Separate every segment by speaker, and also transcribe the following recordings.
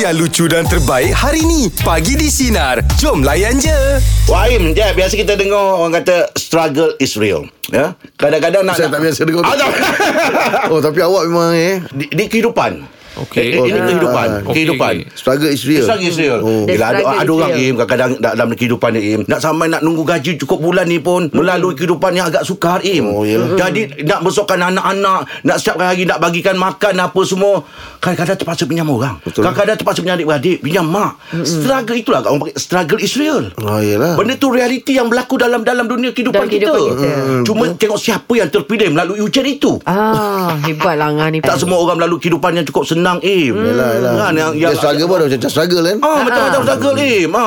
Speaker 1: yang lucu dan terbaik hari ni. Pagi di Sinar. Jom layan je.
Speaker 2: Waim je Biasa kita dengar Orang kata Struggle is real Ya Kadang-kadang nak
Speaker 3: Saya tak biasa dengar
Speaker 2: ah,
Speaker 3: tu.
Speaker 2: tak.
Speaker 3: Oh tapi awak memang eh
Speaker 2: di, di kehidupan
Speaker 4: Okey.
Speaker 2: Ini
Speaker 3: Oh,
Speaker 2: kehidupan
Speaker 4: okey,
Speaker 2: Kehidupan
Speaker 4: okey.
Speaker 3: Struggle is real
Speaker 2: Struggle is real
Speaker 3: Oh.
Speaker 2: Yelah, ada, ada
Speaker 5: Struggle is
Speaker 2: orang
Speaker 5: real.
Speaker 2: Im Kadang-kadang da- dalam kehidupan dia Im Nak sampai nak nunggu gaji Cukup bulan ni pun Melalui kehidupan yang agak sukar Im
Speaker 3: Oh, yelah.
Speaker 2: Jadi nak besarkan anak-anak Nak setiap hari Nak bagikan makan Apa semua Kadang-kadang terpaksa pinjam orang
Speaker 3: Betul. Hmm.
Speaker 2: Kadang-kadang terpaksa pinjam adik-beradik Pinjam mak Struggle itulah Orang pakai Struggle is real
Speaker 3: Oh yelah
Speaker 2: Benda tu realiti yang berlaku dalam dalam dunia kehidupan,
Speaker 5: Dalam kehidupan
Speaker 2: kita.
Speaker 5: kita.
Speaker 2: Hmm, Cuma tengok siapa yang terpilih melalui ujian itu.
Speaker 5: Ah, hebat lah Angah ni.
Speaker 2: Tak semua orang melalui kehidupan yang cukup senang, eh.
Speaker 3: Yelah yelah
Speaker 2: Kan, yang,
Speaker 3: Dia
Speaker 2: yang,
Speaker 3: struggle pun ada macam struggle kan
Speaker 2: Ah, macam macam struggle ni. Ha.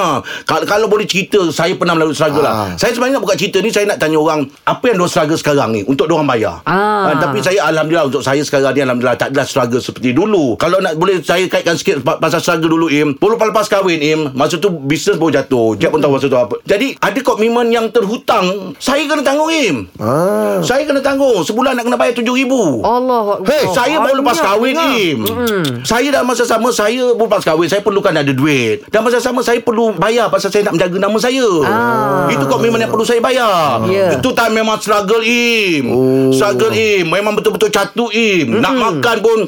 Speaker 2: Kalau, kalau boleh cerita, saya pernah melalui struggle
Speaker 3: Ah.
Speaker 2: lah. Saya sebenarnya nak buka cerita ni, saya nak tanya orang, apa yang dia struggle sekarang ni untuk dia orang bayar?
Speaker 5: Ah.
Speaker 2: Ha, tapi saya alhamdulillah untuk saya sekarang ni alhamdulillah tak adalah struggle seperti dulu. Kalau nak boleh saya kaitkan sikit pa- pasal struggle dulu Im. Perlu lepas kahwin Im, masa tu bisnes pun jatuh. Jack pun tahu masa tu apa. Jadi ada komitmen yang terhutang, saya kena tanggung Im.
Speaker 3: Ah. Oh,
Speaker 2: Saya kena tanggung. Sebulan nak kena bayar RM7,000.
Speaker 5: Allah.
Speaker 2: Hey, saya baru lepas kahwin Im. Saya dalam masa sama saya baru lepas kahwin, saya perlukan ada duit. Dalam masa sama saya perlu bayar pasal saya nak menjaga nama saya.
Speaker 5: Ah.
Speaker 2: Itu komitmen yang perlu saya bayar.
Speaker 5: Ya.
Speaker 2: Itu time memang struggle Im.
Speaker 3: Oh.
Speaker 2: Struggle Im. Memang betul-betul catu Im. Nak makan pun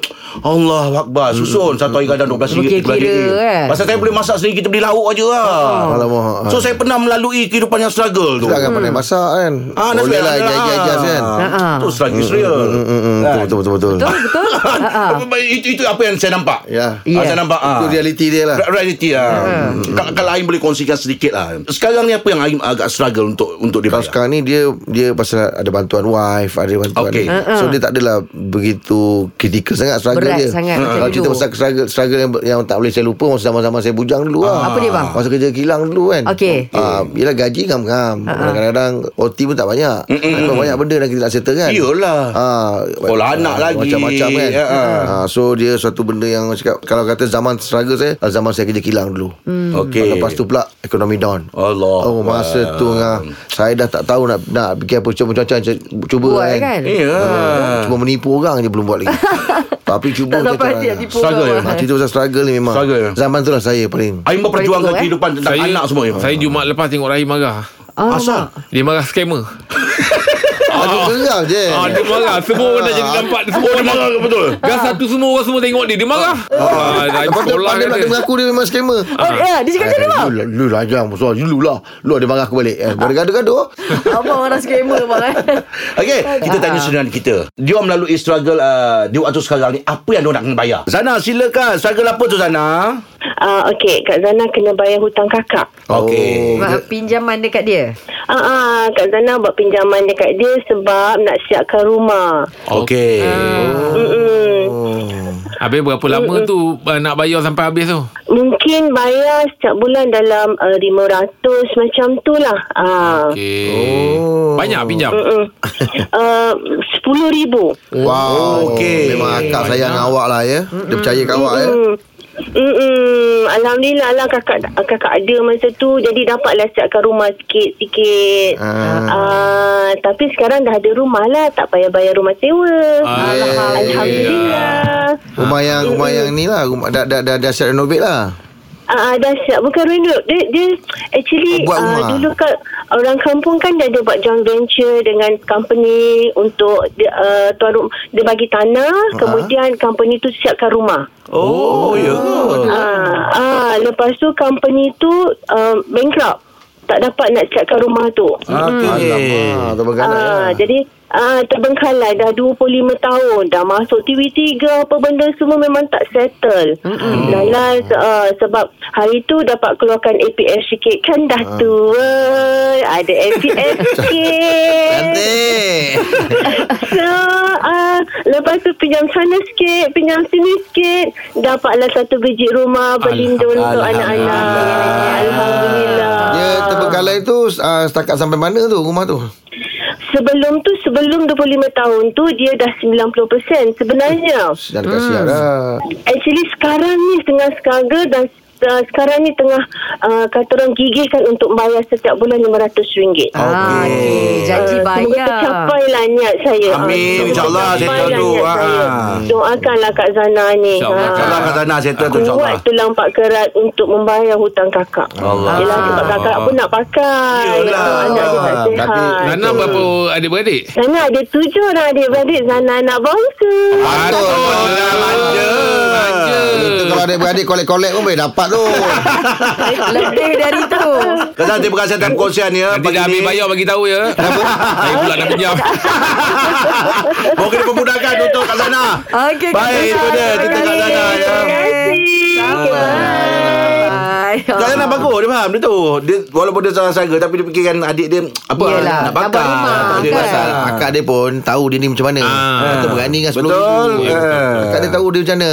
Speaker 2: Allah Akbar susun satu hari kadang 12 ringgit
Speaker 5: Berkira-kira,
Speaker 2: 13 ringgit.
Speaker 5: eh.
Speaker 2: Pasal saya boleh masak sendiri kita beli lauk aje lah.
Speaker 3: kan? Oh. Alamak. ah.
Speaker 2: So saya pernah melalui kehidupan yang struggle tu.
Speaker 3: Kita akan pandai masak kan
Speaker 2: Ah, dah
Speaker 3: Boleh
Speaker 2: sebab-
Speaker 3: lah
Speaker 2: dah
Speaker 3: Jas-jas kan
Speaker 5: Ah.
Speaker 2: Itu struggle Israel.
Speaker 3: Hmm,
Speaker 2: Kan?
Speaker 3: Betul betul betul
Speaker 5: Betul, betul. Ah, ah.
Speaker 2: itu, itu apa yang saya nampak.
Speaker 3: Ya
Speaker 2: Yeah.
Speaker 5: Ya.
Speaker 2: saya nampak ah.
Speaker 3: Itu reality dia lah
Speaker 2: Ra- Reality lah. Hmm. Kalau, kalau Aim boleh kongsikan sedikit lah. Sekarang ni apa yang Aim agak struggle untuk untuk dia
Speaker 3: Kalau
Speaker 2: bayar?
Speaker 3: sekarang ni dia dia pasal ada bantuan wife, ada bantuan.
Speaker 2: Okey.
Speaker 3: ni. So dia tak adalah begitu kritikal sangat struggle
Speaker 5: Ha, Berat
Speaker 3: dia. Ha,
Speaker 5: sangat macam
Speaker 3: Kalau
Speaker 5: dulu.
Speaker 3: cerita pasal struggle struggle yang, yang tak boleh saya lupa masa zaman-zaman saya bujang dulu lah.
Speaker 5: Apa dia, bang?
Speaker 3: Masa kerja kilang dulu kan.
Speaker 5: Okey. Ha,
Speaker 3: Ah, yelah gaji ngam-ngam. Kadang-kadang OT pun tak banyak. Memang Banyak benda yang kita nak settle kan.
Speaker 2: Iyalah.
Speaker 3: Ah,
Speaker 2: Sekolah anak lagi.
Speaker 3: Macam-macam kan.
Speaker 2: Ya, ah.
Speaker 3: Ah, so dia suatu benda yang cakap kalau kata zaman struggle saya, zaman saya kerja kilang dulu.
Speaker 5: Hmm.
Speaker 2: Okey.
Speaker 3: Lepas tu pula ekonomi down.
Speaker 2: Allah.
Speaker 3: Oh masa tu ngah, Saya dah tak tahu nak nak fikir apa cuba macam cuba
Speaker 5: Buat
Speaker 3: kan.
Speaker 5: kan?
Speaker 2: Ya.
Speaker 3: Ah, Cuma menipu orang je belum buat lagi. Tapi cuba
Speaker 5: Tak
Speaker 3: macam
Speaker 5: sampai
Speaker 3: tu
Speaker 5: hati
Speaker 3: lah.
Speaker 5: nak
Speaker 2: oh,
Speaker 5: tipu eh.
Speaker 2: Struggle
Speaker 5: orang.
Speaker 3: Ah, cerita pasal struggle ni memang.
Speaker 2: Struggle.
Speaker 3: Zaman tu lah saya paling.
Speaker 2: Aim memperjuangkan
Speaker 5: Boleh tengok, eh?
Speaker 2: kehidupan tentang saya, anak semua Ah. Aim.
Speaker 4: Saya Jumat lepas tengok Rahim marah
Speaker 5: Ah,
Speaker 2: Asal?
Speaker 5: mak.
Speaker 4: Dia marah scammer
Speaker 3: Aduh gerang je.
Speaker 4: Ah, dia marah Semua orang dah jadi nampak Semua
Speaker 2: Oh,
Speaker 4: orang marah betul Dah satu semua orang semua tengok dia Dia marah ah, Rahim
Speaker 3: Lepas tu
Speaker 4: sekolah
Speaker 3: pandai
Speaker 4: kan
Speaker 3: nak
Speaker 4: dia.
Speaker 3: mengaku dia memang scammer.
Speaker 5: Oh, ya, dia cakap macam mana bang?
Speaker 3: Lu lah, lu lah jangan musuh lu lah. Lu ada marah aku balik. Eh, gaduh-gaduh.
Speaker 5: Abang orang scammer bang eh.
Speaker 2: Okey, kita tanya saudara kita. Dia melalui struggle uh, di waktu sekarang ni apa yang dia nak kena bayar? Zana silakan. Struggle apa tu Zana?
Speaker 6: Ah uh, okey, Kak Zana kena bayar hutang kakak.
Speaker 2: Okey.
Speaker 5: Mak, Pinjaman dekat dia.
Speaker 6: Ah uh, uh, Kak Zana buat pinjaman dekat dia sebab nak siapkan rumah.
Speaker 2: Okey. Ah.
Speaker 6: Mm-mm.
Speaker 4: Habis berapa lama tu ah, Nak bayar sampai habis tu
Speaker 6: Mungkin bayar setiap bulan dalam uh, 500 macam tu lah. Ah. Mm. Okay.
Speaker 4: Okay
Speaker 3: Oh.
Speaker 4: Banyak pinjam
Speaker 6: Mm-mm. uh, 10000
Speaker 3: Wow.
Speaker 2: Okey.
Speaker 3: Oh, Memang akak sayang dengan awak lah ya. Dia percaya kat awak ya.
Speaker 6: Mm. Mm-mm. Alhamdulillah lah kakak kakak ada masa tu jadi dapatlah siapkan rumah sikit-sikit.
Speaker 3: Ah.
Speaker 6: Ah. tapi sekarang dah ada rumah lah tak payah bayar rumah sewa.
Speaker 4: Alhamdulillah.
Speaker 6: Alhamdulillah.
Speaker 3: Rumah yang
Speaker 2: Ah.
Speaker 3: rumah yang ni lah rumah dah dah dah, dah siap renovate lah.
Speaker 6: Ah, ah, dah siap bukan renov. Dia dia actually
Speaker 3: Buat
Speaker 6: ah,
Speaker 3: rumah.
Speaker 6: dulu kan orang kampung kan dia ada buat joint venture dengan company untuk dia, ah, tuan rum, dia bagi tanah
Speaker 3: Ah.
Speaker 6: kemudian company tu siapkan rumah.
Speaker 2: Oh, ya.
Speaker 6: Ah, ah, lepas tu company tu um, bankrupt. Tak dapat nak siapkan rumah tu.
Speaker 2: Okey.
Speaker 3: Ah, tu berganak
Speaker 6: Ah,
Speaker 3: lah.
Speaker 6: jadi ah, terbengkalai dah 25 tahun dah masuk TV3 apa benda semua memang tak settle. Mm-hmm. Lala ah, sebab hari tu dapat keluarkan APS sikit kan dah
Speaker 3: Ah.
Speaker 6: tua ada APS sikit.
Speaker 3: Cantik.
Speaker 6: so ah, lepas tu pinjam sana sikit pinjam sini sikit dapatlah satu biji rumah berlindung untuk anak-anak. Alhamdulillah.
Speaker 3: Dia terbengkalai tu uh, setakat sampai mana tu rumah tu?
Speaker 6: Sebelum tu sebelum 25 tahun tu dia dah 90% sebenarnya.
Speaker 2: Hmm.
Speaker 3: Dah dekat siap dah.
Speaker 6: Actually sekarang ni tengah struggle dan uh, sekarang ni tengah uh, kata orang gigihkan untuk bayar setiap bulan RM500.
Speaker 5: Ah, Okey, janji
Speaker 6: Uh, Semoga
Speaker 5: bayar.
Speaker 6: tercapai lah niat saya.
Speaker 2: Amin,
Speaker 6: Ah,
Speaker 2: insyaAllah,
Speaker 6: tercapai
Speaker 2: settle
Speaker 6: lah
Speaker 2: tu.
Speaker 6: niat
Speaker 2: Ah.
Speaker 6: saya. Doakanlah Kak Zana ni. Ah,
Speaker 4: InsyaAllah, Kak.
Speaker 2: Salah kat sana settle tu
Speaker 6: Kuat
Speaker 2: insyaAllah.
Speaker 6: tulang pak kerat untuk membayar hutang kakak.
Speaker 2: Allah.
Speaker 6: Yelah sebab kakak pun nak pakai.
Speaker 2: Yelah.
Speaker 6: Kalau Anak dia tak
Speaker 3: Tapi-
Speaker 6: sihat.
Speaker 4: Nana berapa adik-beradik?
Speaker 6: Zana ada tujuh lah adik-beradik. Zana anak bangsa.
Speaker 3: Ah.
Speaker 4: Aduh, Nana manja. Manja.
Speaker 3: Itu kalau adik-beradik kolek-kolek pun boleh dapat tu.
Speaker 5: Lebih dari tu.
Speaker 2: Kak Zana terima kasih atas perkongsian ya.
Speaker 4: Nanti dah
Speaker 2: pagi
Speaker 4: habis
Speaker 2: ni.
Speaker 4: bayar bagi tahu ya. Saya pula dah pinjam.
Speaker 2: Moga dipermudahkan untuk Kak Zana.
Speaker 5: Okey.
Speaker 2: Baik, itu dia cerita Kak Zana, ya.
Speaker 5: Sama. Bye.
Speaker 2: Kak Zana bagus dia faham dia tu. Dia walaupun dia salah saga tapi dia fikirkan adik dia apa
Speaker 5: Yelah,
Speaker 2: nak bakar.
Speaker 5: dah buat rumah,
Speaker 3: Ah,
Speaker 2: Tak boleh
Speaker 5: kan?
Speaker 2: pasal.
Speaker 3: Pasal akak dia pun tahu dia ni macam mana.
Speaker 4: Ah.
Speaker 3: Kita berani kan sebelum
Speaker 2: Betul.
Speaker 3: itu.
Speaker 2: Ah.
Speaker 3: Akak dia tahu dia macam mana.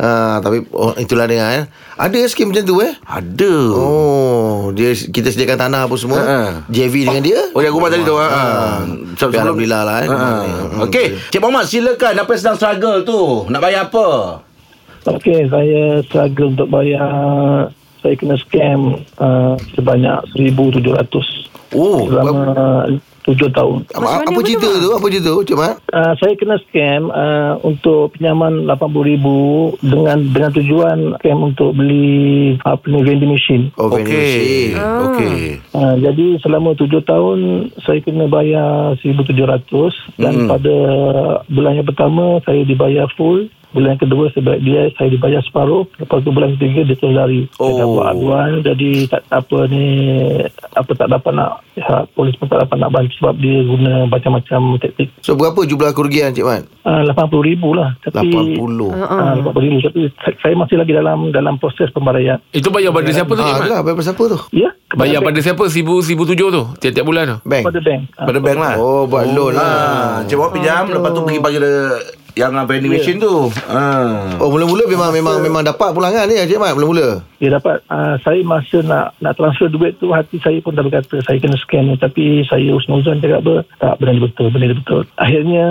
Speaker 3: Ah, tapi oh, itulah dia eh. Ada skim macam tu eh.
Speaker 2: Ada.
Speaker 3: Oh, dia kita sediakan tanah apa semua.
Speaker 2: Ah.
Speaker 3: JV dengan dia.
Speaker 2: Oh yang rumah tadi tu ha. ha.
Speaker 3: Tapi Alhamdulillah lah, eh. Hmm,
Speaker 2: ah. Okey Cik Muhammad silakan Apa yang sedang struggle tu Nak bayar apa
Speaker 7: Okey, saya struggle untuk bayar. Saya kena scam uh, sebanyak 1,700
Speaker 2: Oh
Speaker 7: selama 7 tahun.
Speaker 3: Apa, apa cerita tu? Apa cerita tu? Cuma
Speaker 7: Uh, saya kena scam uh, untuk pinjaman RM80,000 dengan dengan tujuan scam untuk beli apa ni vending machine.
Speaker 3: Oh,
Speaker 2: Okey
Speaker 5: Ah.
Speaker 2: Okey
Speaker 7: Uh, jadi selama 7 tahun saya kena bayar 1700 dan pada bulan yang pertama saya dibayar full bulan yang kedua saya dia saya dibayar separuh lepas tu bulan ketiga dia terus lari
Speaker 2: Oh.
Speaker 7: saya dah buat aduan jadi tak apa ni apa tak dapat nak ya, polis pun tak dapat nak bantu sebab dia guna macam-macam taktik
Speaker 3: So berapa jumlah kerugian Cik Man?
Speaker 7: uh, 80000 lah tapi
Speaker 3: 80.
Speaker 7: uh, 80000 tapi sa- saya masih lagi dalam dalam proses pembayaran
Speaker 4: Itu bayar pada siapa tu, Cik
Speaker 3: Ah,
Speaker 4: Mat?
Speaker 3: lah, pasal apa tu?
Speaker 7: ya kepada
Speaker 4: Bayar
Speaker 7: bank.
Speaker 4: pada siapa? Sibu, sibu tujuh tu? Tiap-tiap bulan tu?
Speaker 3: Bank.
Speaker 7: kepada bank Ah,
Speaker 2: Pada bank lah
Speaker 3: Oh, buat loan lah.
Speaker 2: ha. Cik Muhammad pinjam Lepas tu pergi bagi dia Yang
Speaker 3: Ya.
Speaker 2: vending machine tu ha.
Speaker 3: Oh, mula-mula memang memang memang dapat pulangan ni Cik Mat mula-mula.
Speaker 7: Dia dapat uh, Saya masa nak Nak transfer duit tu Hati saya pun dah berkata Saya kena scam ni Tapi saya usnuzan cakap apa Tak benda ni betul Benda ni betul Akhirnya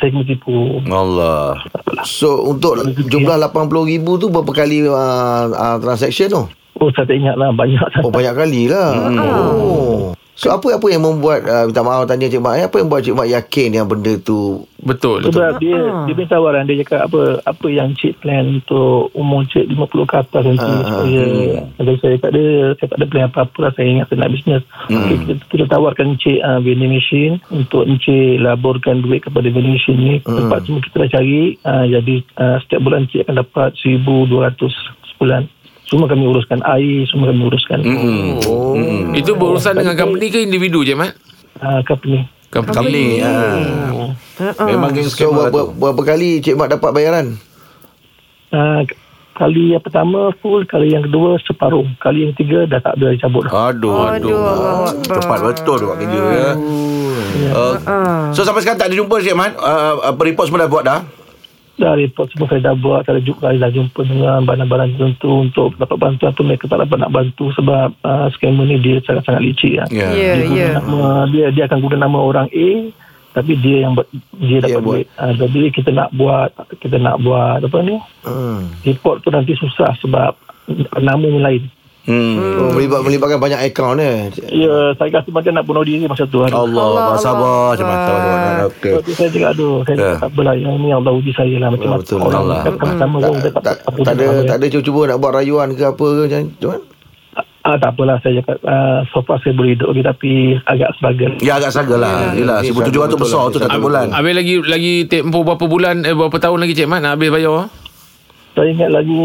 Speaker 7: Saya kena tipu
Speaker 2: Allah
Speaker 3: So untuk jumlah 80,000 tu berapa kali uh, uh, transaction tu?
Speaker 7: Oh saya tak ingat lah Banyak
Speaker 3: Oh banyak kali lah.
Speaker 2: Hmm.
Speaker 3: Oh. So apa apa yang membuat uh, minta maaf tanya Cik Mat eh, apa yang buat Cik Mat yakin yang benda tu
Speaker 4: Betul.
Speaker 7: Sebab dia Dia punya tawaran Dia cakap apa Apa yang cik plan Untuk umur cik 50 ke atas nanti Supaya Jadi saya tak ada Saya tak ada plan apa-apa lah Saya ingat saya nak bisnes okay, kita, kita tawarkan cik uh, Vending machine Untuk encik Laborkan duit kepada vending machine ni Tempat semua kita dah cari uh, Jadi uh, setiap bulan cik akan dapat 1,200 sebulan Semua kami uruskan Air semua kami uruskan
Speaker 2: Mm-mm.
Speaker 3: Oh.
Speaker 2: Hmm.
Speaker 4: Itu berurusan dengan company ke individu, Cik Mat?
Speaker 7: uh, Company
Speaker 2: Kamu ni ha. Memang geng
Speaker 3: So
Speaker 2: skema tu
Speaker 3: berapa, berapa, berapa kali Cik Mat dapat bayaran?
Speaker 7: uh, Kali yang pertama full Kali yang kedua separuh Kali yang ketiga dah tak ada cabut lah. dah
Speaker 2: Aduh, aduh.
Speaker 5: Aduh, Allah Akbar.
Speaker 2: Cepat betul dia buat kerja ya. Uh, so sampai sekarang tak ada jumpa Cik Mat uh, Apa report semua dah buat dah
Speaker 7: dah report semua saya dah buat saya dah jumpa, saya dah jumpa dengan badan-badan tertentu untuk dapat bantuan pun mereka tak dapat nak bantu sebab uh, scammer ni dia sangat-sangat licik lah.
Speaker 2: Ya.
Speaker 5: Ya,
Speaker 7: dia, guna
Speaker 5: ya.
Speaker 7: nama, dia dia akan guna nama orang A tapi dia yang ber, dia dapat
Speaker 3: buat.
Speaker 7: duit. Uh, jadi kita nak buat kita nak buat apa ni
Speaker 3: Hmm.
Speaker 7: report tu nanti susah sebab nama yang lain.
Speaker 2: Hmm.
Speaker 3: Oh, melibat, melibatkan banyak akaun eh. Cik-
Speaker 7: Ya, saya rasa macam nak bunuh diri masa tu.
Speaker 3: Oh.
Speaker 7: hari.
Speaker 2: Allah,
Speaker 5: Allah,
Speaker 2: Allah sabar
Speaker 5: Allah.
Speaker 2: Cik Mat sabar, sabar, sabar. Okey.
Speaker 7: Sebab tu saya cakap aduh saya
Speaker 2: Ya.
Speaker 7: yeah. tak apalah yang ni Allah uji saya lah macam
Speaker 2: Betul,
Speaker 7: orang
Speaker 2: Allah.
Speaker 7: kan sama-sama orang
Speaker 3: Ya, Tak, tak, tak ada tak ada cuba-cuba nak buat rayuan ke apa ke macam macam mana?
Speaker 7: Ah, tak apalah saya cakap uh, so far saya boleh hidup lagi tapi agak struggle.
Speaker 2: Ya agak saga lah Yelah
Speaker 3: Okey,
Speaker 2: 1700
Speaker 3: saga
Speaker 2: besar
Speaker 3: betul
Speaker 2: tu
Speaker 3: lah.
Speaker 2: satu
Speaker 4: Ab-
Speaker 2: bulan
Speaker 4: Habis lagi lagi tempoh berapa bulan eh, berapa tahun lagi Cik Mat nak
Speaker 2: Eh,
Speaker 4: habis bayar?
Speaker 7: Saya ingat lagi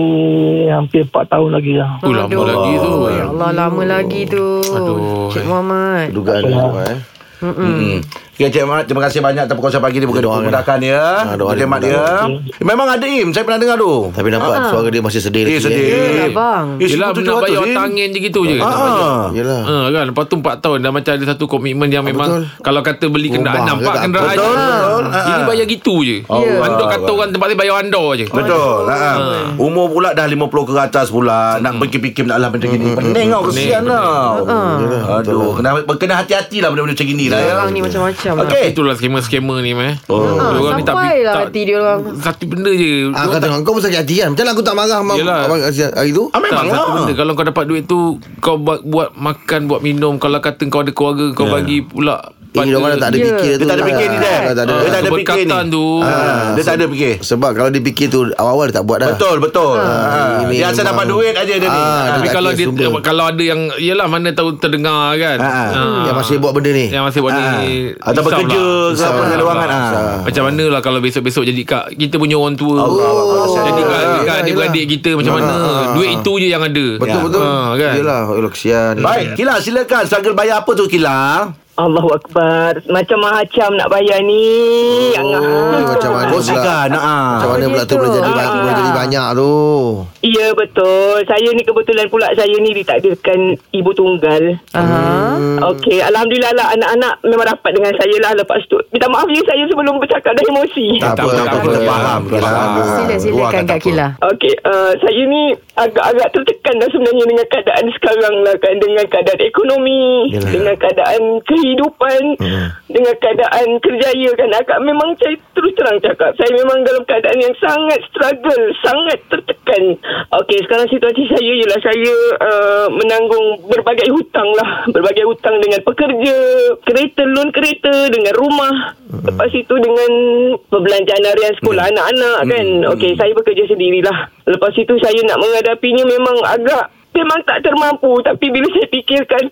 Speaker 7: hampir 4 tahun lagi lah.
Speaker 4: Oh, lama
Speaker 5: Aduh.
Speaker 4: lagi tu.
Speaker 5: Ya Allah, lama lagi tu.
Speaker 4: Aduh.
Speaker 5: Cik Muhammad.
Speaker 3: Dugaan Cik Mat eh.
Speaker 2: Hmm. Okay, Cik Mat, terima kasih banyak atas perkongsian pagi ni. Moga
Speaker 3: Doakan.
Speaker 2: dipermudahkan ya.
Speaker 3: Ah, doakan
Speaker 2: Cik Mat ya.
Speaker 3: dipermudahkan.
Speaker 2: Memang ada Im, saya pernah dengar tu.
Speaker 3: Tapi nampak suara dia masih sedih
Speaker 2: Eh,
Speaker 3: lagi,
Speaker 2: sedih.
Speaker 3: eh.
Speaker 5: Yelah, bang.
Speaker 2: Eh,
Speaker 4: Yelah nak
Speaker 2: 1700,
Speaker 4: bayar
Speaker 2: Im.
Speaker 4: tangin je gitu je. nak bayar.
Speaker 2: Ah.
Speaker 3: Yelah.
Speaker 4: Ha, kan lepas tu 4 tahun dah macam ada satu komitmen yang memang
Speaker 3: betul.
Speaker 4: kalau kata beli kenderaan
Speaker 3: Rumah ke
Speaker 4: nampak
Speaker 3: tak
Speaker 4: kenderaan
Speaker 2: apa.
Speaker 4: je.
Speaker 2: Betul, betul. Ha.
Speaker 4: Ini bayar gitu je.
Speaker 2: Allah.
Speaker 4: Andok kata orang tempat ni bayar anda je.
Speaker 2: Betul. Ha. Umur pula dah 50 ke atas pula. Nak fikir-fikir nak lah benda gini. Pening kau, kesian tau. Hmm.
Speaker 3: Yelah, betul
Speaker 2: Aduh, kena, kena hati-hati lah benda-benda macam gini lah ya.
Speaker 5: Orang ni macam-macam. macam lah.
Speaker 2: Okey.
Speaker 4: Itulah skema-skema ni meh.
Speaker 2: Oh.
Speaker 5: Ah,
Speaker 4: Diorang ni tak
Speaker 5: sampai
Speaker 4: pi-
Speaker 5: lah
Speaker 4: tak-
Speaker 5: hati diorang.
Speaker 4: Satu benda je.
Speaker 2: Hmm.
Speaker 3: Ah,
Speaker 4: Diorang
Speaker 3: kau tengok kau pun sakit hati kan Macam mana aku tak marah sama
Speaker 4: Yelah.
Speaker 3: abang Aziz hari tu
Speaker 2: Ah, memang
Speaker 4: tak,
Speaker 2: lah.
Speaker 4: satu benda. Kalau kau dapat duit tu Kau buat, buat makan Buat minum Kalau kata kau ada keluarga Kau yeah. bagi pula
Speaker 3: Ini
Speaker 4: pada-
Speaker 3: dia orang dah tak ada
Speaker 5: Ya.
Speaker 3: fikir
Speaker 2: Dia
Speaker 3: tu
Speaker 2: Ya. tak ada fikir ni dah.
Speaker 3: Ah, tak ada.
Speaker 2: Dia tak ada fikir ni.
Speaker 4: keberkatan tu.
Speaker 2: Ah, Dia tak ada fikir.
Speaker 3: Sebab kalau dia fikir tu Awal-awal dia tak buat dah
Speaker 2: Betul, betul. Ah,
Speaker 3: ini
Speaker 2: Dia asal
Speaker 3: memang-
Speaker 2: dapat duit aja dia ni.
Speaker 3: Ah,
Speaker 4: Tapi
Speaker 3: tak
Speaker 4: kalau
Speaker 3: ada
Speaker 4: dia
Speaker 3: sumber.
Speaker 4: kalau ada yang yalah mana tahu terdengar kan.
Speaker 2: Ha, ha.
Speaker 4: Ah.
Speaker 3: Yang masih buat benda ni
Speaker 4: yang masih buat ni
Speaker 2: Atau
Speaker 4: risau lah.
Speaker 2: bekerja ha. ke apa
Speaker 4: Risau
Speaker 2: dengan orang kan.
Speaker 4: lah.
Speaker 2: Ah.
Speaker 4: Macam mana lah kalau besok-besok jadi kak kita punya orang tua.
Speaker 2: Allah, Allah, Allah. Ha,
Speaker 4: Jadi kak,
Speaker 3: Yelah,
Speaker 4: kak adik-beradik
Speaker 3: yelah.
Speaker 4: kita macam mana?
Speaker 3: Ah, ah, ah.
Speaker 4: Duit itu je yang ada.
Speaker 3: Betul
Speaker 2: Ya.
Speaker 3: betul
Speaker 4: Ah, kan?
Speaker 3: Yelah Yelah kesian
Speaker 2: Baik, Kila silakan. Struggle bayar apa tu Kila?
Speaker 7: Allahu Akbar. Macam-macam nak bayar ni.
Speaker 3: Oh,
Speaker 7: Oh.
Speaker 3: Macam mana pula
Speaker 2: Kosikan.
Speaker 3: Macam
Speaker 2: Ha.
Speaker 3: mana
Speaker 5: Apa
Speaker 3: pula
Speaker 5: dia
Speaker 3: tu
Speaker 5: tu?
Speaker 3: boleh jadi,
Speaker 7: Ah.
Speaker 3: ba- boleh jadi banyak tu
Speaker 7: Ya, betul. Saya ni kebetulan pula saya ni ditakdirkan ibu tunggal.
Speaker 5: Aha.
Speaker 7: Hmm. Okey, Alhamdulillah lah anak-anak memang rapat dengan saya lah lepas tu. Minta maaf ya saya sebelum bercakap dah emosi.
Speaker 6: Eh,
Speaker 3: Tak apa Tak apa
Speaker 2: Kita
Speaker 3: Kila.
Speaker 2: faham
Speaker 3: Kita
Speaker 2: Kila.
Speaker 3: faham.
Speaker 5: Sila silakan Kak Kila.
Speaker 7: Okey, uh, saya ni agak-agak tertekan dah sebenarnya dengan keadaan sekarang lah kan. Dengan keadaan ekonomi,
Speaker 3: Yalah.
Speaker 7: Yalah. dengan keadaan kehidupan, hmm. dengan keadaan kerjaya kan. Agak memang saya terus terang cakap. Saya memang dalam keadaan yang sangat struggle, sangat tertekan. Okey, sekarang situasi saya ialah lah saya uh, menanggung berbagai hutang lah. Berbagai hutang dengan pekerja, kereta, loan kereta, dengan rumah. Lepas itu dengan perbelanjaan harian sekolah anak-anak kan. Okey, saya bekerja sendirilah. Lepas itu saya nak menghadapinya memang agak memang tak termampu tapi bila saya fikirkan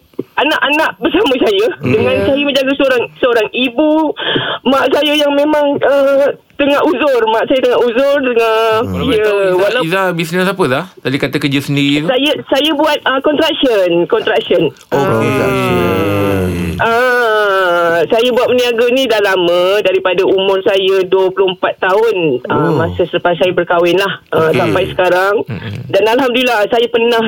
Speaker 7: anak-anak bersama saya dengan saya menjaga seorang seorang ibu mak saya yang memang uh, tengah uzur mak saya tengah uzur tengah
Speaker 4: Kalau
Speaker 7: ya
Speaker 4: boleh tahu, Izzah,
Speaker 7: walaupun
Speaker 4: Izzah bisnes apa dah? Tadi kata kerja sendiri tu.
Speaker 7: saya saya buat uh, construction construction Ah, saya buat berniaga ni dah lama daripada umur saya 24 tahun. Oh. Ah, masa selepas saya berkahwin lah ah,
Speaker 4: Okey.
Speaker 7: sampai sekarang. Dan alhamdulillah saya pernah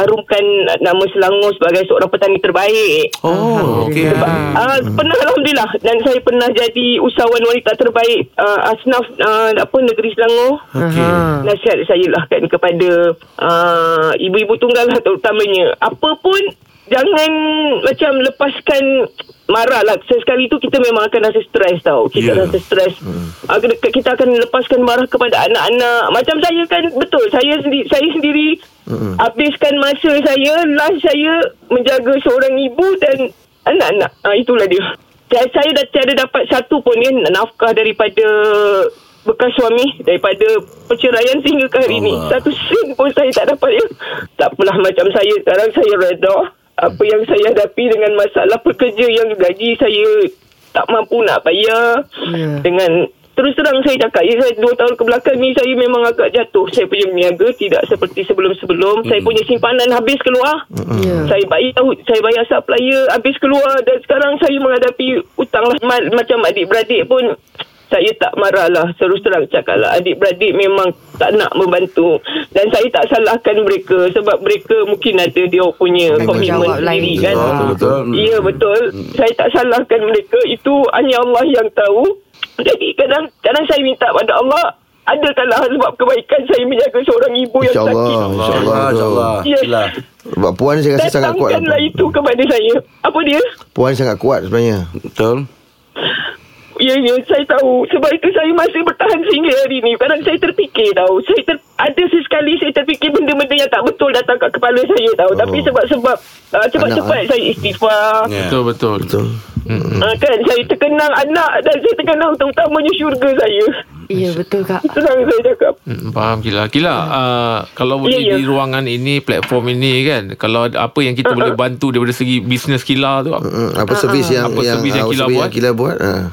Speaker 7: arumkan nama Selangor sebagai seorang petani terbaik.
Speaker 2: Oh, okey.
Speaker 7: Ah, pernah alhamdulillah dan saya pernah jadi usahawan wanita terbaik ah, asnaf ah, apa negeri Selangor.
Speaker 5: Aha.
Speaker 7: Nasihat saya lah kan kepada uh, ibu-ibu tunggal lah terutamanya. Apa pun jangan macam lepaskan marah lah. Sesekali tu kita memang akan rasa stres tau. Kita
Speaker 2: Ya.
Speaker 7: yeah. rasa stres. Hmm. Kita akan lepaskan marah kepada anak-anak. Macam saya kan betul. Saya sendiri, saya sendiri hmm. habiskan masa saya. Last saya menjaga seorang ibu dan anak-anak. Ha, itulah dia. Saya, saya dah tiada dapat satu pun kan nafkah daripada bekas suami daripada perceraian sehingga ke hari ini. Satu sen pun saya tak dapat ya. Tak apalah macam saya sekarang saya reda apa yang saya hadapi dengan masalah pekerja yang gaji saya tak mampu nak bayar
Speaker 5: Ya.
Speaker 7: yeah. dengan terus terang saya cakap ya saya dua tahun kebelakang ni saya memang agak jatuh saya punya niaga tidak seperti sebelum-sebelum saya punya simpanan habis keluar
Speaker 5: Ya.
Speaker 7: saya bayar saya bayar supplier habis keluar dan sekarang saya menghadapi hutang lah Ma- macam adik-beradik pun saya tak marah lah terus terang cakap lah adik-beradik memang tak nak membantu dan saya tak salahkan mereka sebab mereka mungkin ada dia punya komitmen
Speaker 5: Tanggungjawab lain
Speaker 7: sendiri
Speaker 5: juga. Hmm.
Speaker 7: kan
Speaker 2: Betul, betul.
Speaker 7: Ya betul. Saya tak salahkan mereka. Itu hanya Allah yang tahu. Jadi kadang kadang saya minta pada Allah adakanlah sebab kebaikan saya menjaga seorang ibu yang
Speaker 3: InsyaAllah
Speaker 7: sakit.
Speaker 3: InsyaAllah tu.
Speaker 2: Ah, InsyaAllah.
Speaker 7: Ya.
Speaker 2: Kila.
Speaker 3: Sebab puan ni saya rasa sangat kuat
Speaker 7: Datangkanlah itu kepada saya. Apa dia?
Speaker 3: Puan ni sangat kuat sebenarnya
Speaker 2: Betul.
Speaker 7: Ya, ya, saya tahu. Sebab itu saya masih bertahan sehingga hari ini. Kadang saya terfikir tau. Saya ter, ada sesekali saya terfikir benda-benda yang tak betul datang kat kepala saya tau. Oh. Tapi sebab-sebab uh, cepat-cepat saya istighfar.
Speaker 2: Ya.
Speaker 4: Betul betul.
Speaker 3: Betul
Speaker 7: Uh, kan saya terkenang anak dan saya terkenang terutamanya syurga saya.
Speaker 5: Ya betul Kak.
Speaker 7: Senang saya cakap.
Speaker 4: Hmm, faham Kila. Kila, uh, kalau boleh
Speaker 7: Ya, Uh, ya.
Speaker 4: di ruangan ini, platform ini kan, kalau ada apa yang kita boleh bantu daripada segi bisnes Kila tu
Speaker 2: Uh,
Speaker 4: apa?
Speaker 3: Mm, Apa servis yang
Speaker 4: Apa servis yang
Speaker 3: ah,
Speaker 4: Kila
Speaker 3: servis
Speaker 4: buat?
Speaker 3: yang Kila buat ah.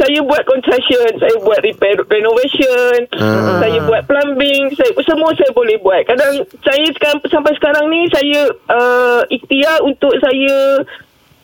Speaker 7: Saya buat construction, saya buat repair renovation,
Speaker 3: Ah.
Speaker 7: saya buat plumbing, saya semua saya boleh buat. Kadang saya sekarang sampai sekarang ni saya uh, ikhtiar untuk saya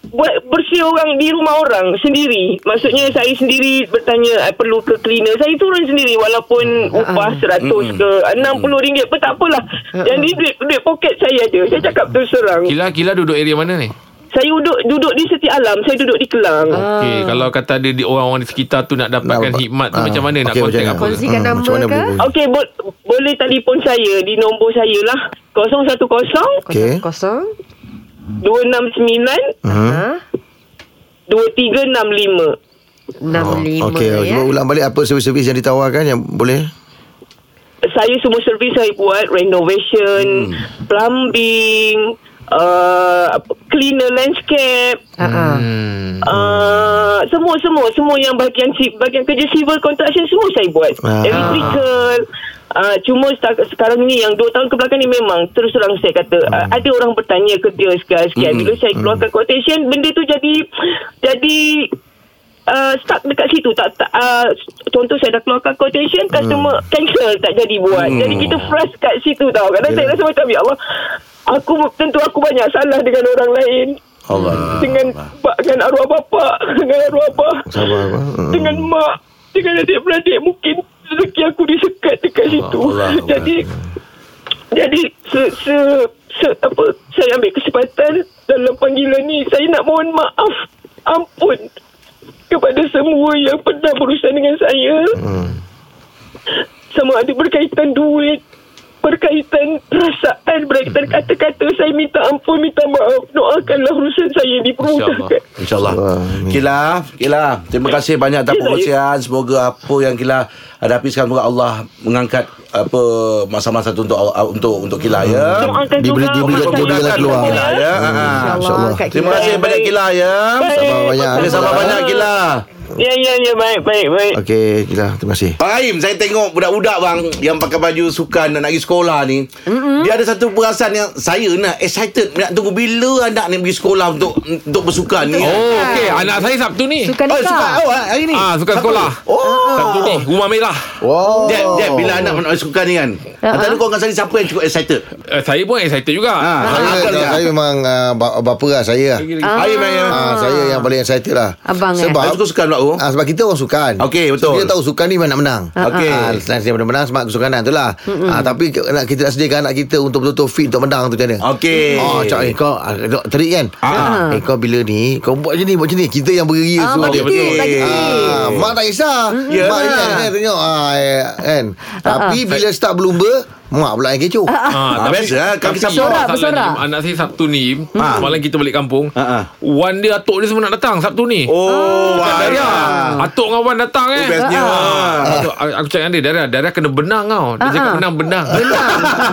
Speaker 7: buat bersih orang di rumah orang sendiri. Maksudnya saya sendiri bertanya "I perlu ke cleaner. Saya turun sendiri walaupun upah seratus ke RM60 pun tak apalah. Jadi duit, duit poket saya ada. Saya cakap terus terang.
Speaker 4: Kila, Kila duduk area mana ni?
Speaker 7: Saya duduk duduk di Seti Alam, saya duduk di Kelang.
Speaker 4: Okey, kalau kata ada di orang-orang di sekitar tu nak
Speaker 3: Nak-
Speaker 4: dapatkan hikmat tu
Speaker 3: ah,
Speaker 4: macam mana nak
Speaker 3: okey,
Speaker 4: kontak
Speaker 3: macam
Speaker 4: apa?
Speaker 3: mana?
Speaker 5: Kongsikan
Speaker 3: Mm,
Speaker 5: nama
Speaker 3: macam mana
Speaker 5: ke?
Speaker 3: boleh-
Speaker 7: Okey, bo- boleh telefon saya di nombor saya lah. 010
Speaker 3: Okey.
Speaker 5: Kosong.
Speaker 7: 269
Speaker 5: Hmm.
Speaker 3: Mhm.
Speaker 7: 2365.
Speaker 5: 65
Speaker 3: Okey, oh,
Speaker 5: ya.
Speaker 3: cuba ulang balik apa servis-servis yang ditawarkan yang boleh?
Speaker 7: saya semua servis saya buat renovation hmm. plumbing uh, apa, cleaner landscape
Speaker 5: Ha-ha.
Speaker 7: Uh, semua semua semua yang bahagian si- bahagian kerja civil construction semua saya buat.
Speaker 3: Ah.
Speaker 7: Ah. Electrical Uh, cuma seta- sekarang ni yang 2 tahun kebelakang ni memang terus terang saya kata uh, ada orang bertanya kerja sekian-sekian bila saya keluarkan quotation benda tu jadi jadi uh, stuck dekat situ tak, tak uh, contoh saya dah keluarkan
Speaker 2: Hmm.
Speaker 7: quotation customer cancel tak jadi buat jadi kita frust kat situ tau kadang saya rasa macam ya Allah aku tentu aku banyak salah dengan orang lain
Speaker 2: Allah.
Speaker 7: dengan ba- dengan arwah bapa, dengan arwah apa,
Speaker 3: Sabar apa? Hmm.
Speaker 7: dengan mak, dengan adik-beradik mungkin rezeki aku disekat dekat situ.
Speaker 2: Allah.
Speaker 7: Jadi jadi se, se, se apa saya ambil kesempatan dalam panggilan ni saya nak mohon maaf ampun kepada semua yang pernah berurusan dengan saya
Speaker 3: Hmm.
Speaker 7: sama ada berkaitan duit berkaitan perasaan berkaitan kata-kata saya minta ampun minta maaf doakanlah urusan saya dipermudahkan
Speaker 2: InsyaAllah
Speaker 3: Wah, ni.
Speaker 2: Kila Kila Terima kasih banyak atas
Speaker 7: Ya,
Speaker 2: pengurusian Semoga apa yang Kila hadapi sekarang Semoga Allah mengangkat apa masa-masa tu untuk ah, untuk untuk Kila ya.
Speaker 7: doakan
Speaker 3: Dibeli-
Speaker 7: juga
Speaker 3: dibeli-
Speaker 7: umat
Speaker 3: dibeli
Speaker 7: saya.
Speaker 3: lah keluar.
Speaker 2: Kila ya. Ha, ha.
Speaker 5: InsyaAllah Kak
Speaker 2: Terima
Speaker 5: Kila.
Speaker 2: kasih banyak Kila ya.
Speaker 3: Sabar banyak.
Speaker 2: Terima kasih
Speaker 3: Kila.
Speaker 2: banyak Kila.
Speaker 7: ya ya ya baik baik baik
Speaker 3: Okey, Kila, terima kasih.
Speaker 2: Pak Aim, saya tengok budak-budak bang yang pakai baju sukan dan nak pergi sekolah ni. Mm-hmm. Dia ada satu perasaan yang saya nak excited nak tunggu bila anak ni pergi sekolah untuk untuk bersukan ni.
Speaker 4: Oh okey anak saya Sabtu ni.
Speaker 5: Suka
Speaker 2: Oh, suka
Speaker 5: nikah.
Speaker 2: oh, hari ni.
Speaker 4: Ah suka sekolah.
Speaker 2: Oh.
Speaker 4: Sabtu ni rumah merah.
Speaker 3: Wow.
Speaker 2: Jeb, Jeb, bila anak nak sukan ni kan. Antara kau dengan saya siapa yang cukup excited?
Speaker 4: Eh, saya pun excited juga.
Speaker 2: Ha,
Speaker 3: Saya,
Speaker 2: aku
Speaker 3: saya,
Speaker 2: lah.
Speaker 3: saya memang uh, bapa lah saya lah.
Speaker 4: Ah.
Speaker 2: Aim lah ya.
Speaker 3: Ah, saya yang paling excited lah.
Speaker 5: Abang, eh?
Speaker 3: sebab,
Speaker 2: Saya suka sukan pula aku.
Speaker 3: Ah, sebab kita orang sukan
Speaker 2: Okey, betul.
Speaker 3: so, Kita tahu sukan ni mana menang
Speaker 2: Okey.
Speaker 3: ah, Selain daripada menang Sebab kesukanan tu lah ah, Tapi ke- nak kita nak sediakan anak kita Untuk betul-betul fit Untuk menang tu macam mana
Speaker 2: Okey.
Speaker 3: Oh, cak, eh, kau ah, dok, terik kan? Ah. Eh, kau bila ni, kau buat macam ni, buat macam ni. Kita yang beria
Speaker 5: Ah,
Speaker 3: semua
Speaker 5: betul.
Speaker 3: dia.
Speaker 2: betul.
Speaker 5: Betul.
Speaker 3: Ah, mak tak kisah.
Speaker 2: Ya.
Speaker 3: Mak ingat kan, tengok. Ah, eh, kan. Tapi bila start berlumba, mak pula yang kecoh.
Speaker 2: Ah, biasa lah, kaki
Speaker 4: tapi
Speaker 2: sambal.
Speaker 5: Bersorak,
Speaker 4: masalahnya
Speaker 5: bersorak.
Speaker 4: ni, Anak saya Sabtu ni
Speaker 2: Ah.
Speaker 4: Semalam kita balik kampung
Speaker 2: Ah, ah.
Speaker 4: Wan dia atuk dia semua nak datang Sabtu ni
Speaker 2: Oh, wah.
Speaker 4: Daria Atuk dengan Wan datang eh
Speaker 2: Oh, bestnya.
Speaker 4: Ah, atuk- Aku cakap dengan dia Daria Daria kena benang tau
Speaker 5: Ah,
Speaker 4: Dia cakap benang benang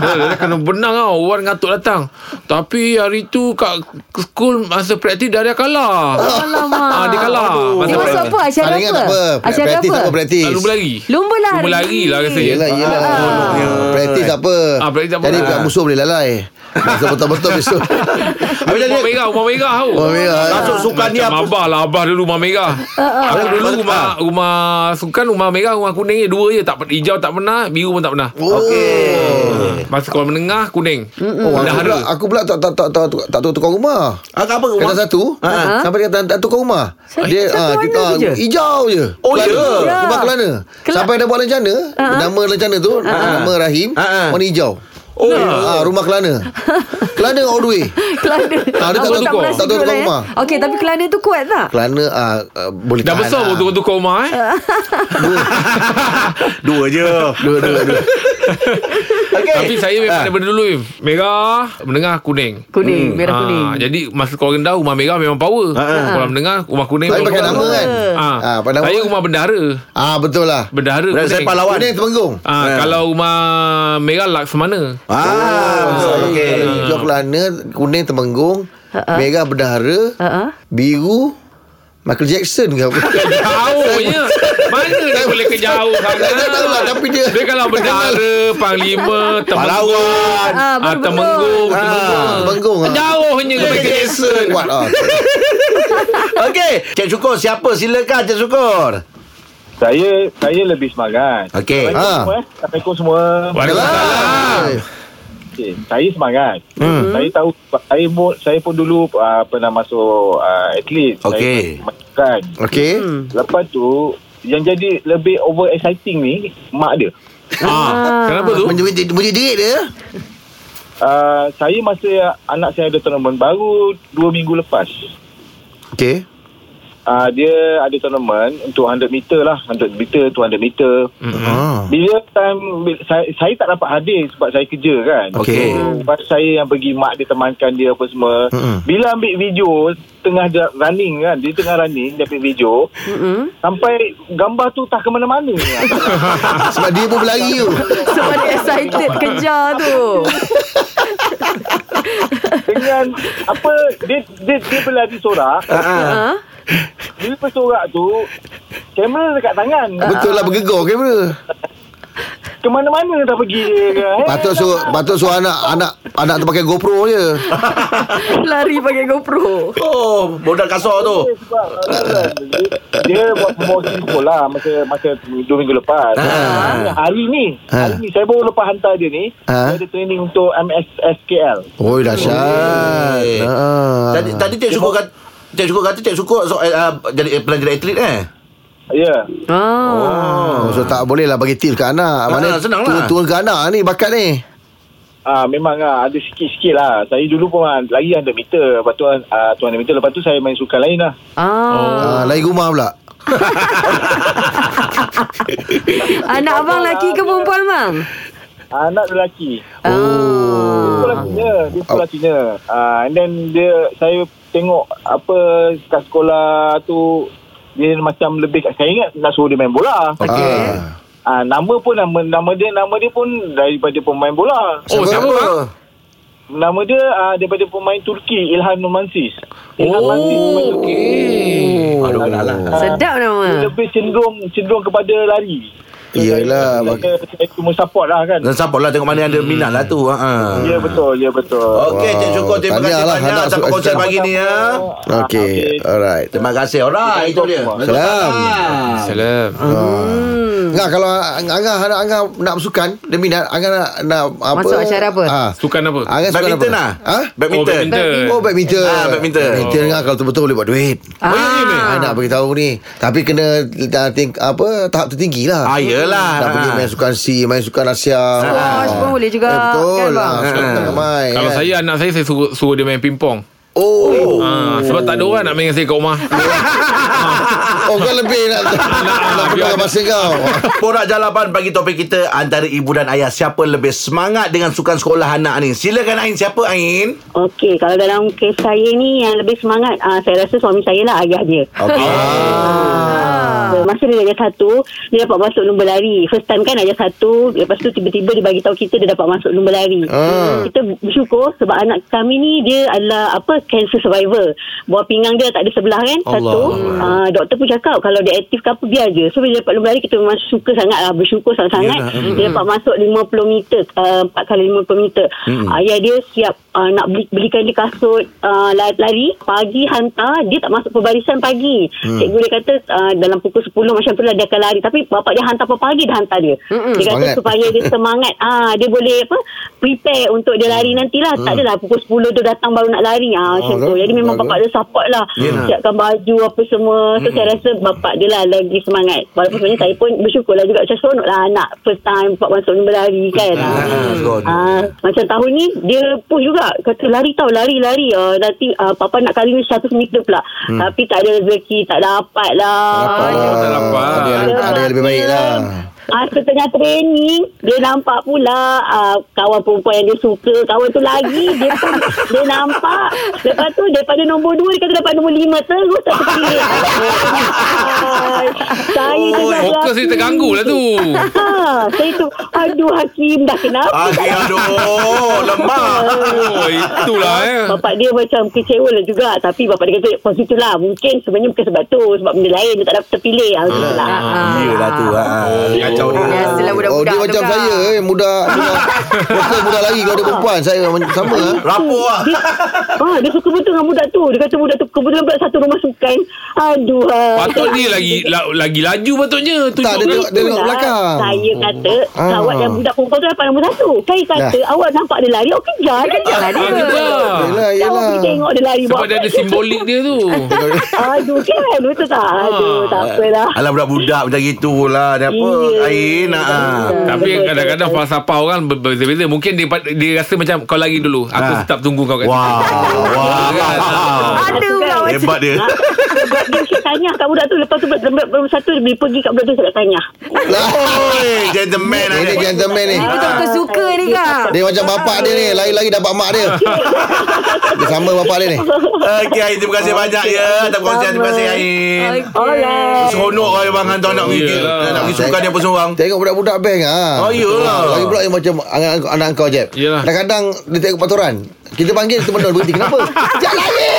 Speaker 4: Daria kena benang tau Wan dengan atuk datang Tapi hari tu Kat school Masa praktis Daria kalah
Speaker 5: Alamak.
Speaker 4: Ah, Dia kalah
Speaker 5: Dia masuk apa?
Speaker 3: Tak
Speaker 5: Acara
Speaker 3: Ah, ingat tak
Speaker 5: apa?
Speaker 3: apa.
Speaker 2: Ah,
Speaker 5: Acara
Speaker 3: Praktis
Speaker 5: apa?
Speaker 3: apa praktis?
Speaker 4: Tak lumba lari
Speaker 5: Lumba lari.
Speaker 4: Lumba lari lah rasa dia.
Speaker 2: Ah.
Speaker 3: Yelah, yelah. Praktis apa?
Speaker 4: Ah, praktis apa?
Speaker 3: Jadi
Speaker 4: Ah.
Speaker 3: musuh boleh lalai. Masa betul-betul besok.
Speaker 2: Habis
Speaker 4: Ah, Rumah
Speaker 2: jadi
Speaker 4: merah Rumah merah tau
Speaker 3: Oh, merah.
Speaker 2: masuk sukan ni
Speaker 4: Macam
Speaker 2: apa?
Speaker 4: abah lah Abah dulu rumah merah Aku dulu
Speaker 2: Ah.
Speaker 4: rumah Rumah Sukan rumah merah Rumah kuning je Dua je tak, pe- Hijau tak pernah Biru pun tak pernah
Speaker 2: Oh.
Speaker 3: Okey.
Speaker 4: Masa sekolah menengah Kuning
Speaker 3: Oh, aku
Speaker 4: Dah
Speaker 3: pula,
Speaker 4: ada
Speaker 3: aku pula tak tak tak tak tak tahu tukar rumah.
Speaker 2: Ah, apa rumah?
Speaker 3: Kata satu
Speaker 2: Ha.
Speaker 3: Sampai dia kata Tak tukar rumah
Speaker 5: Satu-
Speaker 3: Dia
Speaker 5: satu
Speaker 3: ah,
Speaker 5: warna
Speaker 3: kita,
Speaker 5: tu je?
Speaker 3: Hijau je
Speaker 2: Oh, ya. Ha,
Speaker 5: Ya.
Speaker 3: Rumah kelana
Speaker 5: Kelana.
Speaker 3: Sampai dah buat lencana Nama lencana tu Nama Rahim
Speaker 2: Ah, ah.
Speaker 3: Warna hijau Oh, ah, rumah Kelana Kelana all the way
Speaker 5: Kelana.
Speaker 3: Ah, dia tak tahu
Speaker 5: Abang
Speaker 3: tukar.
Speaker 5: merasa
Speaker 3: Tak tahu
Speaker 5: kot
Speaker 3: tukar
Speaker 5: lah, eh.
Speaker 3: rumah.
Speaker 5: Okey, tapi Kelana tu kuat tak?
Speaker 3: Kelana ah, ah, Boleh
Speaker 4: Dah
Speaker 3: tahan
Speaker 4: besar pun
Speaker 3: lah.
Speaker 4: tukar-tukar rumah eh
Speaker 2: Dua je.
Speaker 3: Dua dua dua
Speaker 2: Okey.
Speaker 4: Tapi saya memang
Speaker 3: Ah.
Speaker 4: daripada dulu Im. Merah Menengah Kuning
Speaker 5: Kuning, merah kuning.
Speaker 4: Ah, jadi masa sekolah rendah Rumah merah memang power Sekolah menengah Rumah kuning
Speaker 3: Ah, Tapi pakai
Speaker 4: memang
Speaker 3: nama
Speaker 4: power.
Speaker 3: kan
Speaker 4: Ah,
Speaker 3: Ah, pakai nama
Speaker 4: Saya
Speaker 3: kan?
Speaker 4: rumah bendahara
Speaker 3: Ah betul lah
Speaker 4: Bendahara
Speaker 2: Dan saya
Speaker 4: kuning.
Speaker 2: pahlawan.
Speaker 3: Kuning Temenggung
Speaker 4: Ah, Kalau rumah merah lah, Laksamana
Speaker 2: Ah, betul. Okey.
Speaker 3: Hijau Kelana Kuning Temenggung
Speaker 2: Ha,
Speaker 3: Merah Bendahara
Speaker 5: Ha-ha.
Speaker 3: Biru Michael Jackson ke apa
Speaker 4: Jauh je Mana dia boleh ke jauh sangat
Speaker 3: Tak tahu lah, tapi dia-
Speaker 4: Dia kalau bendahara Panglima
Speaker 2: Pahlawan.
Speaker 4: Temenggung ah,
Speaker 5: Ah, baru
Speaker 4: Temenggung
Speaker 3: Ah, Temenggung, ah.
Speaker 4: Jauhnya ke Michael Jackson
Speaker 3: Kuat
Speaker 2: Ah,
Speaker 3: lah
Speaker 2: Okey. Cik Syukur siapa? Silakan Cik Syukur.
Speaker 8: Saya saya lebih semangat.
Speaker 2: Okey.
Speaker 8: Assalamualaikum
Speaker 3: Ah.
Speaker 8: semua. eh. Assalamualaikum semua.
Speaker 4: Waalaikumsalam
Speaker 8: Okay. Saya semangat. Hmm. Saya tahu saya pun saya pun dulu uh, pernah masuk uh, atlet.
Speaker 2: Okey.
Speaker 8: Saya masukkan.
Speaker 3: Okay
Speaker 2: Hmm.
Speaker 8: Lepas tu yang jadi lebih over exciting ni mak dia.
Speaker 4: ah, Kenapa tu?
Speaker 3: Menjerit menjerit dia
Speaker 7: Ah,
Speaker 8: Uh, saya masa anak saya ada tournament baru 2 minggu lepas.
Speaker 3: Okay
Speaker 7: uh, dia ada tournament untuk 100 meter lah 100 meter 200 meter
Speaker 3: Ah.
Speaker 7: bila time bila- saya, saya tak dapat hadir sebab saya kerja kan
Speaker 3: Okey.
Speaker 7: So, Lepas saya yang pergi mak dia temankan dia apa semua
Speaker 3: Mm-mm.
Speaker 7: bila ambil video tengah dia running kan dia tengah running dia ambil video
Speaker 5: Mm-mm.
Speaker 7: sampai gambar tu tak ke mana-mana
Speaker 3: Sebab dia pun berlari tu.
Speaker 5: Sebab dia excited kejar tu.
Speaker 7: dengan apa dia dia, dia berlari sorak
Speaker 3: Ha.
Speaker 5: Ha?
Speaker 7: bila bersorak tu kamera dekat tangan
Speaker 3: Betul lah bergegor kamera.
Speaker 2: Eh.
Speaker 7: ke mana-mana dah pergi dia kan Eh,
Speaker 3: Patut suruh patut suruh anak anak anak tu pakai GoPro je.
Speaker 5: Lari pakai GoPro.
Speaker 2: Oh, modal kasar tu.
Speaker 7: sebab uh, dia buat promosi sekolah lah masa masa dua minggu lepas.
Speaker 3: Ah.
Speaker 7: Hari ni,
Speaker 3: Ah.
Speaker 7: hari ni saya baru lepas hantar dia ni,
Speaker 3: Ah.
Speaker 7: dia ada training untuk MSSKL.
Speaker 3: Oi dahsyat.
Speaker 2: Okey.
Speaker 3: Ha.
Speaker 2: Tadi tadi Cik Syukur kata Cik Syukur kata Cik Syukur so, uh, jadi pernah jadi atlet eh.
Speaker 7: Ya. Yeah.
Speaker 5: Ah.
Speaker 3: Oh, so tak boleh lah bagi tips ke anak. Mana
Speaker 2: Ah, senang lah.
Speaker 3: turun, turun ke anak ni bakat ni.
Speaker 7: Ah memang ah, ada sikit-sikit lah. Saya dulu pun ah, lari 100 meter, lepas tu ah, 200 meter, lepas tu saya main sukan lain lah.
Speaker 2: Oh.
Speaker 5: Ah.
Speaker 3: Ah, lari rumah pula.
Speaker 5: Anak abang lelaki ke perempuan bang?
Speaker 7: Anak lelaki. Dia
Speaker 5: Oh.
Speaker 7: sekolah Cina, dia sekolah Cina. Ah and then dia saya tengok apa kat sekolah tu dia macam lebih kat saya ingat nak suruh dia main bola.
Speaker 5: Okey.
Speaker 3: Ah.
Speaker 7: Ah nama pun nama nama dia nama dia pun daripada pemain bola.
Speaker 4: Oh, siapa? bang?
Speaker 7: Nama dia ah, daripada pemain Turki Ilhan Numansis. Ilhan
Speaker 4: Oh,
Speaker 7: Numansis pemain Turki.
Speaker 4: okey.
Speaker 2: Aduh, kenal lah.
Speaker 7: Ah,
Speaker 5: Sedap nama.
Speaker 7: Dia lebih cenderung cenderung kepada lari.
Speaker 3: Yelah,
Speaker 7: Saya, saya, saya cuma support lah kan.
Speaker 2: Dan support lah tengok mana ada minat lah tu. Ha.
Speaker 7: Ya betul, ya betul.
Speaker 2: Okey Cik Syukur terima
Speaker 3: Tahniah
Speaker 2: kasih
Speaker 3: lah,
Speaker 2: banyak
Speaker 3: anak
Speaker 2: sampai
Speaker 3: su-
Speaker 2: konsert
Speaker 3: anak-
Speaker 2: pagi ni ya.
Speaker 7: Ah,
Speaker 3: Okey, alright.
Speaker 2: Terima kasih. Alright, itu dia.
Speaker 3: Salam. Oh.
Speaker 4: Salam.
Speaker 5: Hmm.
Speaker 3: Angah kalau Angah anak Angah nak bersukan demi nak Angah nak, nak apa?
Speaker 5: Masuk acara apa?
Speaker 3: Ah.
Speaker 4: Sukan apa?
Speaker 3: Angah sukan
Speaker 2: Badminton
Speaker 3: apa?
Speaker 2: lah.
Speaker 3: Ha?
Speaker 2: Badminton.
Speaker 3: Oh badminton.
Speaker 2: Ah, badminton.
Speaker 3: Badminton Angah kalau betul-betul boleh buat duit. Ah.
Speaker 5: Ah.
Speaker 3: nak beritahu ni Tapi kena uh, ting, Apa Tahap tertinggi lah
Speaker 2: Ah, yelah.
Speaker 3: Nak pergi main sukan C Main sukan Asia
Speaker 5: Squash Oh, pun boleh juga,
Speaker 3: eh, Betul
Speaker 5: kan,
Speaker 3: kan,
Speaker 5: bang?
Speaker 3: lah Sukan
Speaker 2: Ha.
Speaker 3: tak main
Speaker 4: Kalau
Speaker 3: kan?
Speaker 4: saya anak saya saya suruh, suruh dia main pingpong.
Speaker 3: Oh
Speaker 4: Ah, sebab tak ada orang nak main dengan saya kat rumah.
Speaker 3: Oh kau lebih nak Nak beritahu pasal kau
Speaker 2: Porak Jalapan bagi topik kita antara ibu dan ayah siapa lebih semangat dengan sukan sekolah anak ni. Silakan Ain siapa Ain?
Speaker 6: Okey, kalau dalam kes saya ni yang lebih semangat, uh, saya rasa suami saya lah ayah dia.
Speaker 2: Okey.
Speaker 6: Ah. Masa dia darjah satu, dia dapat masuk lumba lari. First time kan darjah satu, lepas tu tiba-tiba dia bagi tahu kita dia dapat masuk lumba lari.
Speaker 3: Ah.
Speaker 6: Kita bersyukur sebab anak kami ni dia adalah apa cancer survivor. Buah pinggang dia tak ada sebelah kan? Satu. Uh, doktor pun cakap kalau dia aktif ke apa biar je. So bila dia dapat lumba lari kita memang suka sangat lah. Bersyukur sangat-sangat. Dia dapat masuk 50 meter, uh, 4 kali 50 meter. Ayah dia siap uh, nak beli, belikan dia kasut uh, la- lari. Pagi hantar, dia tak masuk perbarisan pagi. Cikgu dia kata uh, dalam pukul 10 macam tu lah dia akan lari. Tapi bapak dia hantar pagi dia hantar dia. Dia kata
Speaker 3: Semangat.
Speaker 6: supaya dia semangat. Ah Dia boleh apa prepare untuk dia lari nantilah. Tak adalah pukul 10 dia datang baru nak lari. Ah, macam
Speaker 3: Alah,
Speaker 6: tu. Jadi memang
Speaker 3: bagus.
Speaker 6: bapak dia support lah.
Speaker 2: Yelah.
Speaker 6: Siapkan baju apa semua. So saya rasa bapak dia lah lagi semangat. Walaupun sebenarnya saya pun bersyukur lah juga. Macam seronok lah anak first time bapak masuk ni berlari kan. Ah.
Speaker 2: seronok.
Speaker 6: Ah, macam tahun ni dia push juga. Kata lari tau lari lari. Ah, nanti ah, papa nak kali ni 100 meter pula. Tapi tak ada rezeki. Tak dapat lah.
Speaker 3: Apa
Speaker 5: Ah,
Speaker 3: lah
Speaker 4: tak dapat.
Speaker 3: Ada yang lebih- ada yang lebih baik lah
Speaker 6: Ah, setengah training Dia nampak pula ah, Kawan perempuan yang dia suka Kawan tu lagi Dia pun Dia nampak Lepas tu Daripada nombor dua Dia kata dapat nombor lima Terus tak terpilih Ah, Saya
Speaker 2: Oh,
Speaker 6: tengah
Speaker 4: eh, Fokus
Speaker 6: berhati.
Speaker 4: dia terganggu lah tu.
Speaker 6: Ah, Saya tu Aduh Hakim Dah kenapa
Speaker 2: Aduh, aduh, lemah.
Speaker 4: Oh, itulah eh.
Speaker 6: Bapak dia macam kecewa lah juga Tapi bapak dia kata Pas itulah Mungkin sebenarnya bukan sebab tu Sebab benda lain Dia tak dapat terpilih ah, macam tu lah.
Speaker 5: Ah.
Speaker 2: Yelah tu. Ha. Kacau dia.
Speaker 5: Biasalah
Speaker 3: Oh
Speaker 5: budak-budak
Speaker 3: dia macam
Speaker 5: juga.
Speaker 3: saya eh, Muda Muda Doktor muda lari Kalau dia perempuan Saya sama lah
Speaker 2: Rapuh lah.
Speaker 6: dia, ah, dia suka betul dengan budak tu. Dia kata budak tu kebetulan pula satu rumah sukan. Aduh. ah.
Speaker 4: Patut dia lagi la, lagi laju patutnya.
Speaker 3: Tak dia
Speaker 4: Tunjuk
Speaker 3: tengok, dia tengok
Speaker 6: Itulah,
Speaker 3: belakang
Speaker 6: Saya kata
Speaker 3: Ah.
Speaker 6: awak dan budak perempuan tu dapat nombor satu. Saya kata awak nampak dia lari, awak kejar dia. Kejar
Speaker 5: lah dia.
Speaker 4: Ah,
Speaker 3: Yelah
Speaker 6: Yelah. Awak
Speaker 3: yelah
Speaker 6: pergi tengok dia lari.
Speaker 4: Sebab
Speaker 6: buat
Speaker 4: dia
Speaker 6: apa.
Speaker 4: ada simbolik Ah. dia tu.
Speaker 6: Aduh kan, betul tak? Aduh, tak apalah.
Speaker 2: Alah budak-budak macam gitulah. Dia apa?
Speaker 6: lah. Iya.
Speaker 2: Ain. Ha.
Speaker 4: Tapi
Speaker 6: Betul,
Speaker 4: kadang-kadang
Speaker 6: betul.
Speaker 4: falsafah orang ber- berbeza-beza. Mungkin dia, pa- dia rasa macam kau lari dulu. Aku
Speaker 3: Ha.
Speaker 2: Ah.
Speaker 4: tetap tunggu kau kat
Speaker 2: Wah.
Speaker 4: situ.
Speaker 2: Wah.
Speaker 5: Ada pula macam
Speaker 2: Hebat dia.
Speaker 6: Sebab dia macam tanya kat budak tu lepas tu belum satu dia pergi kat budak tu saya nak tanya.
Speaker 3: Lah,
Speaker 2: Oi, gentleman
Speaker 3: Ini
Speaker 2: ada.
Speaker 3: Eh, gentleman ni
Speaker 6: Ah,
Speaker 5: Ni betul-betul suka ni kak.
Speaker 3: Dia macam bapak dia ni Lari-lari dapat mak dia Dia sama bapak dia ni
Speaker 2: Okey, Ain terima kasih banyak ya atas perkongsian. Terima kasih Ain.
Speaker 5: Alright.
Speaker 2: Seronok lah bang hantar nak pergi
Speaker 4: Yelah.
Speaker 2: nak pergi sukan dia pun seorang.
Speaker 3: Tengok budak-budak bank ah.
Speaker 2: Oh, iyalah.
Speaker 3: Lagi pula yang macam anak, anak kau je.
Speaker 4: Iyalah.
Speaker 3: Kadang-kadang dia tengok paturan. Kita panggil kita benda berhenti kenapa? Jangan lari.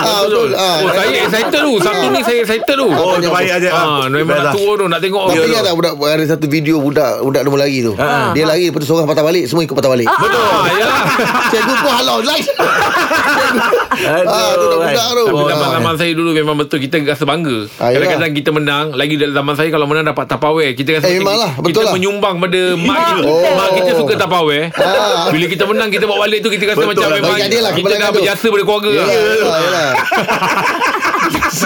Speaker 3: ah, betul. Ah.
Speaker 4: Oh, saya excited tu. Sabtu ni saya excited tu.
Speaker 2: Oh, terbaik aja.
Speaker 4: Ah, November nak turun tu, nak tengok. Ah,
Speaker 3: Kau
Speaker 2: Iyalah.
Speaker 3: ingat tak budak lah. ada satu video budak budak nombor lari tu. Dia lari lepas tu seorang patah balik, semua ikut patah balik.
Speaker 4: Betul. Ah, yalah.
Speaker 3: Cikgu pun halau like. Ah, tu dah budak tu.
Speaker 4: Tapi
Speaker 3: Ah.
Speaker 4: zaman-zaman saya dulu memang betul kita rasa bangga.
Speaker 3: Ah, yelah.
Speaker 4: Kadang-kadang kita menang, lagi dalam zaman saya kalau menang dapat tapaware. Kita rasa
Speaker 3: Eh,
Speaker 4: macam
Speaker 3: memanglah,
Speaker 4: kita,
Speaker 3: betul
Speaker 4: kita
Speaker 3: lah.
Speaker 4: menyumbang pada mak kita.
Speaker 3: Oh.
Speaker 4: Mak kita suka tapaware.
Speaker 3: Ah.
Speaker 4: Bila kita menang kita bawa balik tu kita rasa
Speaker 2: Betul
Speaker 4: macam
Speaker 2: lah,
Speaker 4: memang
Speaker 3: bagi dia lah
Speaker 4: kita
Speaker 3: kemenangan
Speaker 4: dah
Speaker 3: tu.
Speaker 4: berjasa pada keluarga. lah.
Speaker 3: Yalah, Ah, yalah.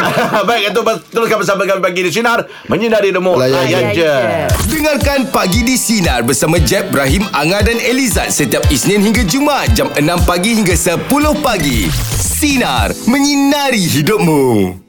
Speaker 2: Baik, itu teruskan bersama kami pagi di Sinar. Menyinari demo.
Speaker 3: Layan je.
Speaker 2: Layan je.
Speaker 1: Dengarkan Pagi di Sinar bersama Jeb, Ibrahim, Anga dan Elizad setiap Isnin hingga Jumaat jam 6 pagi hingga 10 pagi. Sinar. Menyinari hidupmu.